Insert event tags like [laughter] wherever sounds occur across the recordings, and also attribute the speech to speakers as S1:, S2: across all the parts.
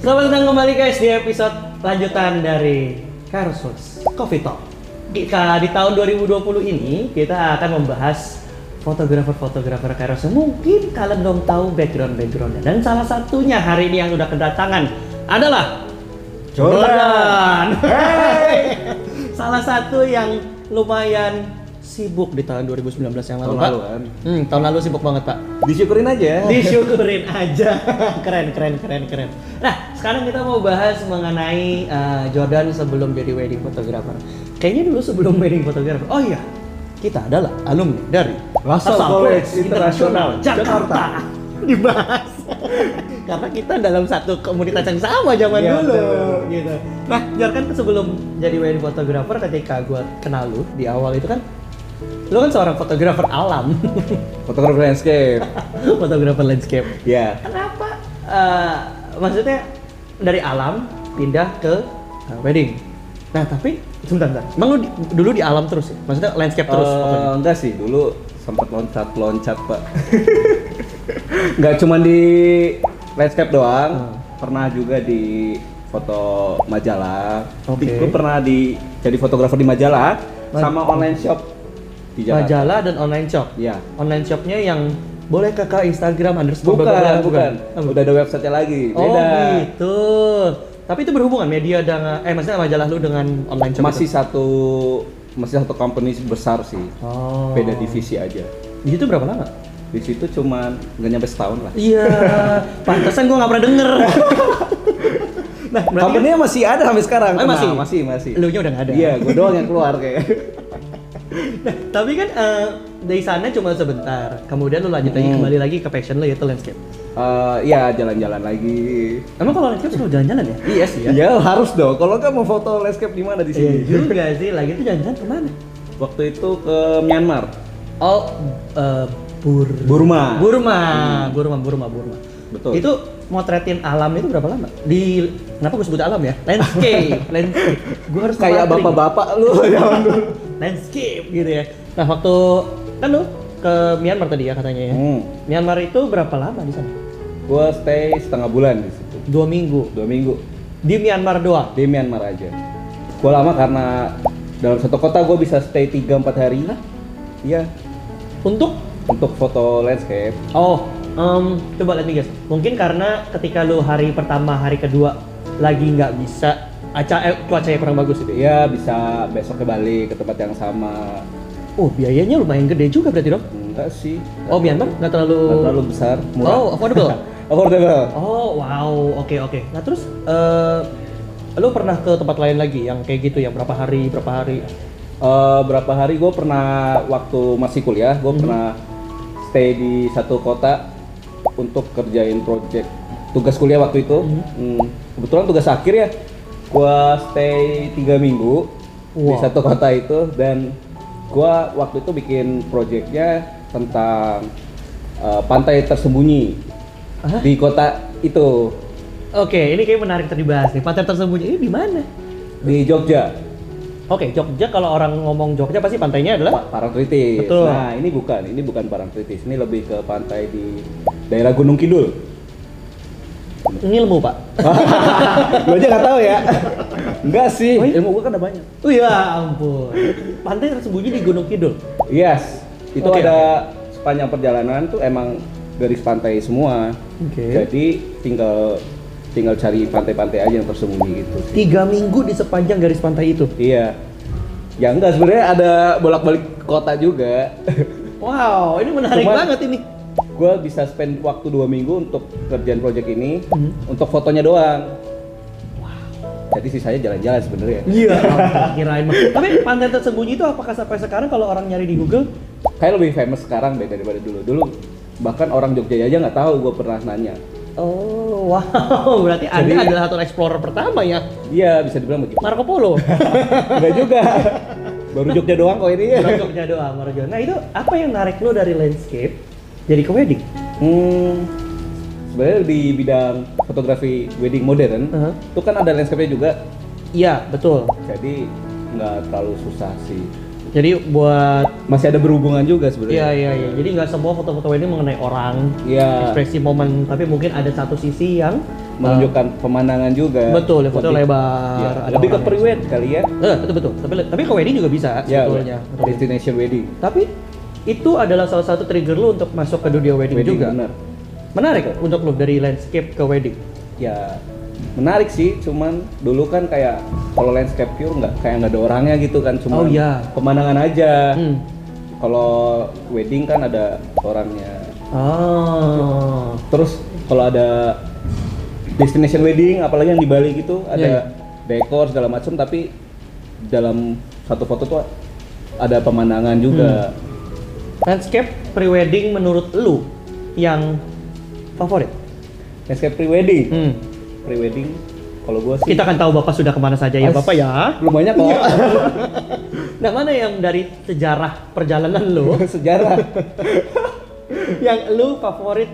S1: Selamat datang kembali guys di episode lanjutan dari Karusus Coffee Talk. Di, ka- di tahun 2020 ini kita akan membahas fotografer-fotografer Karusus. Mungkin kalian belum tahu background-backgroundnya dan salah satunya hari ini yang udah kedatangan adalah Jordan. [laughs] salah satu yang lumayan sibuk di tahun 2019 yang lalu,
S2: Tahun
S1: Pak.
S2: lalu kan.
S1: Hmm, tahun lalu sibuk banget, Pak.
S2: Disyukurin aja.
S1: Disyukurin aja. [laughs] keren, keren, keren, keren. Nah, sekarang kita mau bahas mengenai uh, Jordan sebelum jadi wedding photographer. Kayaknya dulu sebelum wedding photographer. Oh iya, kita adalah alumni dari
S2: Russell College International,
S1: Jakarta.
S2: Jakarta.
S1: Dibahas. [laughs] Karena kita dalam satu komunitas yang sama zaman
S2: Iya,
S1: dulu
S2: betul.
S1: gitu. Nah, Jordan sebelum jadi wedding photographer ketika gua kenal lu di awal itu kan lu kan seorang fotografer alam, [laughs]
S2: Fotografer landscape.
S1: fotografer landscape
S2: ya.
S1: kenapa eh, maksudnya dari alam pindah ke eh, wedding nah tapi sebentar bentar emang lu di- dulu di alam terus ya maksudnya landscape terus
S2: Eh,
S1: pokoknya?
S2: enggak sih, dulu sempat loncat-loncat, [laughs] Pak. Enggak cuma di landscape doang,
S1: Hmm.
S2: pernah juga di foto majalah.
S1: Oke.
S2: Gue pernah di jadi fotografer di majalah
S1: Ma-
S2: sama online shop di jalan.
S1: majalah dan online shop
S2: Iya.
S1: online shopnya yang boleh kakak Instagram underscore
S2: Bukan, iya.
S1: bla bla bla,
S2: bukan.
S1: Oh,
S2: Udah ada website-nya lagi.
S1: oh
S2: Beda.
S1: gitu tapi itu berhubungan media dengan eh maksudnya majalah lu dengan online shop
S2: masih
S1: itu?
S2: satu masih satu company besar sih.
S1: oh.
S2: Beda divisi aja.
S1: di situ berapa lama
S2: di situ cuman nggak nyampe setahun lah.
S1: iya pantesan gua nggak pernah
S2: [laughs]
S1: denger nah berarti kan-
S2: Company-nya masih ada sampai sekarang.
S1: Oh, masih?
S2: Tenang, masih, masih.
S1: Elunya udah nggak ada.
S2: Iya, gue doang yang keluar kayak.
S1: Nah, tapi kan eh, dari sana cuma sebentar. Kemudian lu lanjut lagi
S2: Hmm.
S1: kembali lagi ke passion lu yaitu landscape.
S2: Eh, iya, jalan-jalan lagi.
S1: Emang kalau landscape selalu jalan-jalan ya?
S2: Iya sih. Iya, harus dong. Kalau kan mau foto landscape di mana di
S1: Iya
S2: sini?
S1: juga sih. Lagi itu jalan-jalan kemana?
S2: Waktu itu ke Myanmar,
S1: Oh, eh, Bur
S2: Burma.
S1: Burma. Hmm. Burma, Burma, Burma.
S2: Betul.
S1: Itu motretin alam itu berapa lama? Di kenapa gue sebut alam ya? Landscape, [laughs] landscape. Gue harus
S2: kayak
S1: kemarin.
S2: bapak-bapak lu [laughs] ya zaman dulu.
S1: Landscape gitu ya. Nah, waktu kan lu ke Myanmar tadi ya katanya ya.
S2: Hmm.
S1: Myanmar itu berapa lama di sana?
S2: Gue stay setengah bulan di situ.
S1: Dua minggu.
S2: Dua minggu
S1: Di Myanmar doang.
S2: di Myanmar aja. Gue lama karena dalam satu kota gue bisa stay 3-4 hari. Iya,
S1: Untuk
S2: untuk foto landscape.
S1: oh, em, coba lihat nih guys. Mungkin karena ketika lu hari pertama, hari kedua lagi nggak bisa, aca eh, cuacanya kurang bagus itu.
S2: Iya bisa besok ke Bali ke tempat yang sama.
S1: Oh, biayanya lumayan gede juga berarti dong.
S2: Enggak sih.
S1: Oh, Myanmar nggak terlalu
S2: Nggak terlalu besar, murah.
S1: Oh, affordable.
S2: [laughs] Affordable.
S1: oh, wow. Oke, oke. Nah, terus eh lu pernah ke tempat lain lagi yang kayak gitu yang berapa hari, berapa hari?
S2: Eh, berapa hari gue pernah waktu masih kuliah, gue pernah stay di satu kota untuk kerjain project tugas kuliah waktu itu. Hmm, kebetulan tugas akhir ya, gue stay tiga minggu di
S1: Wow.
S2: satu kota itu dan gue waktu itu bikin projectnya tentang eh, pantai tersembunyi
S1: Hah?
S2: di kota itu
S1: Oke, ini kayak menarik tadi bahas nih. Pantai tersembunyi ini di mana?
S2: di Jogja.
S1: Oke, Jogja kalau orang ngomong Jogja pasti pantainya adalah
S2: Pa- Parangtritis.
S1: Betul.
S2: Nah, ini bukan, ini bukan Parangtritis. Ini lebih ke pantai di daerah Gunung Kidul. [laughs]
S1: ngilmu, Pak.
S2: Lo aja nggak tahu ya? Enggak sih.
S1: Oh iya?
S2: Ilmu gua kan ada banyak.
S1: Oh ya ampun. Pantai tersembunyi di Gunung Kidul.
S2: Yes. Itu
S1: Oke,
S2: ada sepanjang perjalanan tuh emang garis pantai semua.
S1: Oke.
S2: Jadi tinggal tinggal cari pantai-pantai aja yang tersembunyi gitu.
S1: Tiga minggu di sepanjang garis pantai itu.
S2: Iya. Ya enggak sebenarnya ada bolak-balik kota juga. [laughs]
S1: Wow, ini menarik
S2: Cuman-
S1: banget ini.
S2: gua bisa spend waktu dua minggu untuk kerjaan project ini,
S1: Hmm.
S2: untuk fotonya doang. Jadi sisanya jalan-jalan sebenarnya.
S1: [laughs] Iya. Kirain mah. Tapi pantai tersembunyi itu apakah sampai sekarang kalau orang nyari di Google?
S2: Kayak lebih famous sekarang deh daripada dulu. Dulu bahkan orang Jogja aja nggak tahu gue pernah nanya.
S1: Oh, wow. [laughs] Berarti Anda
S2: Jadi-
S1: adalah satu explorer pertama ya.
S2: Iya bisa dibilang
S1: [laughs]
S2: begitu.
S1: Marco Polo.
S2: Enggak juga. Baru Jogja doang kok ini.
S1: Orang Jogja doang, Marco. Nah, itu apa yang narik lo dari landscape jadi ke wedding?
S2: Hmm, sebenarnya di bidang fotografi wedding modern,
S1: Uh-huh.
S2: itu kan ada landscape-nya juga.
S1: Iya, betul.
S2: Jadi nggak terlalu susah sih.
S1: Jadi buat
S2: Masih ada berhubungan juga
S1: Iya
S2: sebenarnya.
S1: iya iya. Jadi nggak semua foto-foto ini mengenai orang,
S2: Iya.
S1: ekspresi momen, tapi mungkin ada satu sisi yang
S2: menunjukkan pemandangan juga.
S1: Betul, ya, foto
S2: Lebih-
S1: lebar,
S2: ya,
S1: ada
S2: lebih ke
S1: orangnya.
S2: pre-wed kali ya.
S1: Eh, betul betul. Tapi tapi ke wedding juga bisa
S2: Ya,
S1: sebetulnya.
S2: destination wedding.
S1: Tapi itu adalah salah satu trigger lu untuk masuk ke dunia wedding,
S2: Wedding
S1: juga.
S2: bener.
S1: Menarik untuk lu dari landscape ke wedding.
S2: Ya menarik sih, cuman dulu kan kayak kalau landscape view nggak kayak nggak ada orangnya gitu kan, cuma
S1: Oh, iya.
S2: pemandangan aja.
S1: Hmm.
S2: Kalau wedding kan ada orangnya.
S1: Oh.
S2: Terus kalau ada destination wedding, apalagi yang di Bali gitu, ada
S1: Iya, iya.
S2: dekor segala macam, tapi dalam satu foto tuh ada pemandangan
S1: Hmm.
S2: juga.
S1: Landscape pre-wedding menurut lu yang favorit?
S2: Landscape pre-wedding,
S1: Hmm.
S2: pre-wedding kalau gua sih
S1: Kita akan tahu Bapak sudah kemana saja ya
S2: As-
S1: Bapak ya.
S2: belum banyak kok
S1: Nah mana yang dari sejarah perjalanan lu
S2: [laughs] sejarah.
S1: [laughs] yang lu favorit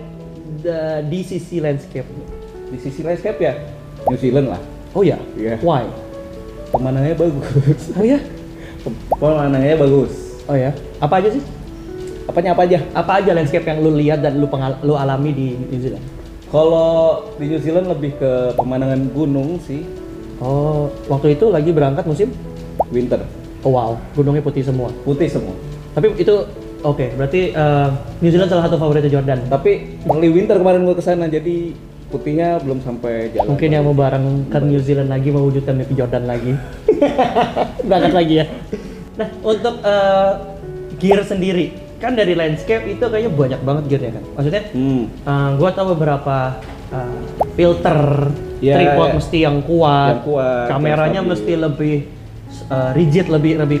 S1: da- di sisi landscape?
S2: Di sisi landscape ya New Zealand lah,
S1: Oh ya?
S2: Iya.
S1: Why?
S2: pemandangannya bagus, [laughs]
S1: Oh ya?
S2: pemandangannya bagus.
S1: Oh ya? Apa aja sih?
S2: Apanya apa aja?
S1: Apa aja landscape yang lu lihat dan lu pengal- lu alami di New Zealand?
S2: Kalau di New Zealand lebih ke pemandangan gunung sih,
S1: Oh, waktu itu lagi berangkat musim?
S2: winter,
S1: Oh, wow, gunungnya putih semua.
S2: putih semua.
S1: Tapi itu oke, berarti eh, New Zealand salah satu favoritnya Jordan.
S2: Tapi early winter kemarin gua kesana jadi putihnya belum sampai jalan.
S1: Mungkin yang mau bareng ke New Zealand lagi mewujudkan mimpi Jordan lagi. [laughs] Berangkat lagi ya. Nah, untuk eh, gear sendiri, kan dari landscape itu kayaknya banyak banget gearnya kan. Maksudnya,
S2: Hmm.
S1: eh, gua tahu beberapa eh, filter
S2: Iya,
S1: tripod
S2: iya.
S1: mesti yang kuat,
S2: Yang kuat,
S1: Ah, kameranya
S2: yang
S1: mesti
S2: stabil.
S1: lebih eh, rigid, lebih lebih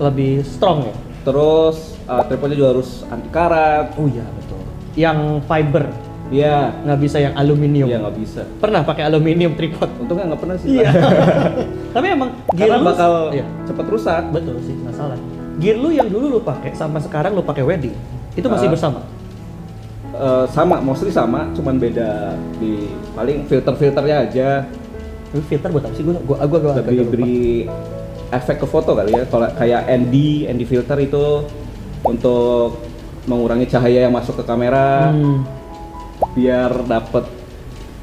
S1: lebih strong ya.
S2: Terus uh, tripodnya juga harus anti karat.
S1: Oh iya betul. Yang fiber,
S2: Iya.
S1: nggak bisa yang aluminium.
S2: Iya nggak bisa.
S1: Pernah pakai aluminium tripod.
S2: Untungnya nggak pernah sih.
S1: Iya. Tapi emang gear
S2: Karena
S1: lu
S2: bakal
S1: Iya,
S2: cepet rusak.
S1: betul sih masalah. Gear lu yang dulu lu pakai sama sekarang lu pakai wedding. Itu masih
S2: Ah.
S1: bersama.
S2: Eh, sama, mostly sama, cuman beda di paling filter-filternya aja
S1: Lu filter buat apa sih gua gua gua, gua agak
S2: lebih
S1: lupa.
S2: beri efek ke foto kali ya. Kalau kayak ND, ND filter itu untuk mengurangi cahaya yang masuk ke kamera.
S1: Hmm.
S2: biar dapet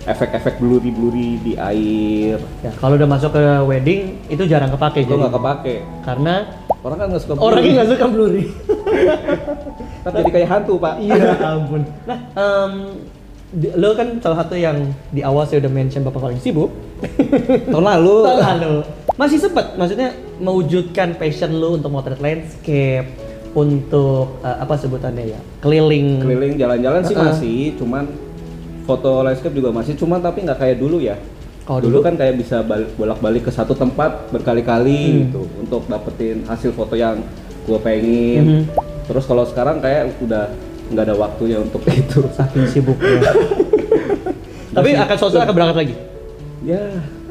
S2: efek-efek blurry-blurry di air
S1: Ya, kalau udah masuk ke wedding itu jarang kepake
S2: itu
S1: jadi.
S2: nggak kepake
S1: Karena
S2: orang kan nggak suka
S1: orangnya Iya. nggak suka
S2: [laughs]
S1: blurry.
S2: Ntar jadi kayak hantu pak
S1: iya ampun. Nah, em, di- lo kan salah satu yang di awal saya udah mention bapak paling
S2: [laughs]
S1: sibuk.
S2: tahun lalu
S1: Tahun lalu. Masih sempet, maksudnya mewujudkan passion lu untuk motret landscape, untuk eh, apa sebutannya ya, keliling.
S2: keliling jalan-jalan sih
S1: Uh-uh.
S2: masih cuman foto landscape juga masih cuman tapi nggak kayak dulu ya
S1: Kalau Oh, dulu?
S2: dulu, kan kayak bisa bal- bolak-balik ke satu tempat
S1: Hmm.
S2: berkali-kali gitu untuk dapetin hasil foto yang gua
S1: Mhm.
S2: pengen terus kalau sekarang kayak udah nggak ada waktunya untuk [laughs] itu
S1: Saking sibuknya. [laughs] Tapi akan suatu saat akan berangkat lagi.
S2: ya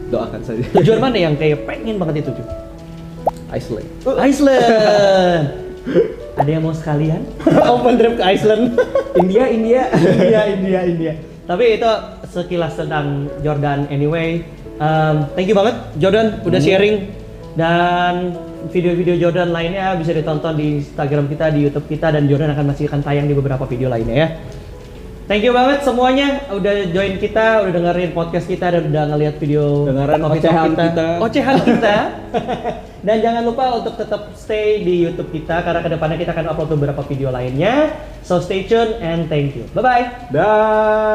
S2: doakan saja [laughs]
S1: Tujuan mana yang kayak pengen banget itu, Ju?
S2: Iceland
S1: Iceland. Uh. [laughs] Ada yang mau sekalian? [laughs] Open trip ke Iceland. [laughs]
S2: India India
S1: India, India, India. Tapi itu sekilas tentang Jordan anyway. Um, thank you banget Jordan udah sharing dan video-video Jordan lainnya bisa ditonton di Instagram kita, di YouTube kita dan Jordan akan masih akan tayang di beberapa video lainnya ya. Thank you banget semuanya udah join kita, udah dengerin podcast kita dan udah ngelihat video
S2: Dengerin
S1: Coffee Talk
S2: ocehan kita.
S1: Ocehan
S2: [laughs]
S1: kita. dan jangan lupa untuk tetap stay di YouTube kita karena kedepannya kita akan upload beberapa video lainnya. So stay tune and thank you. Bye bye.
S2: Dah.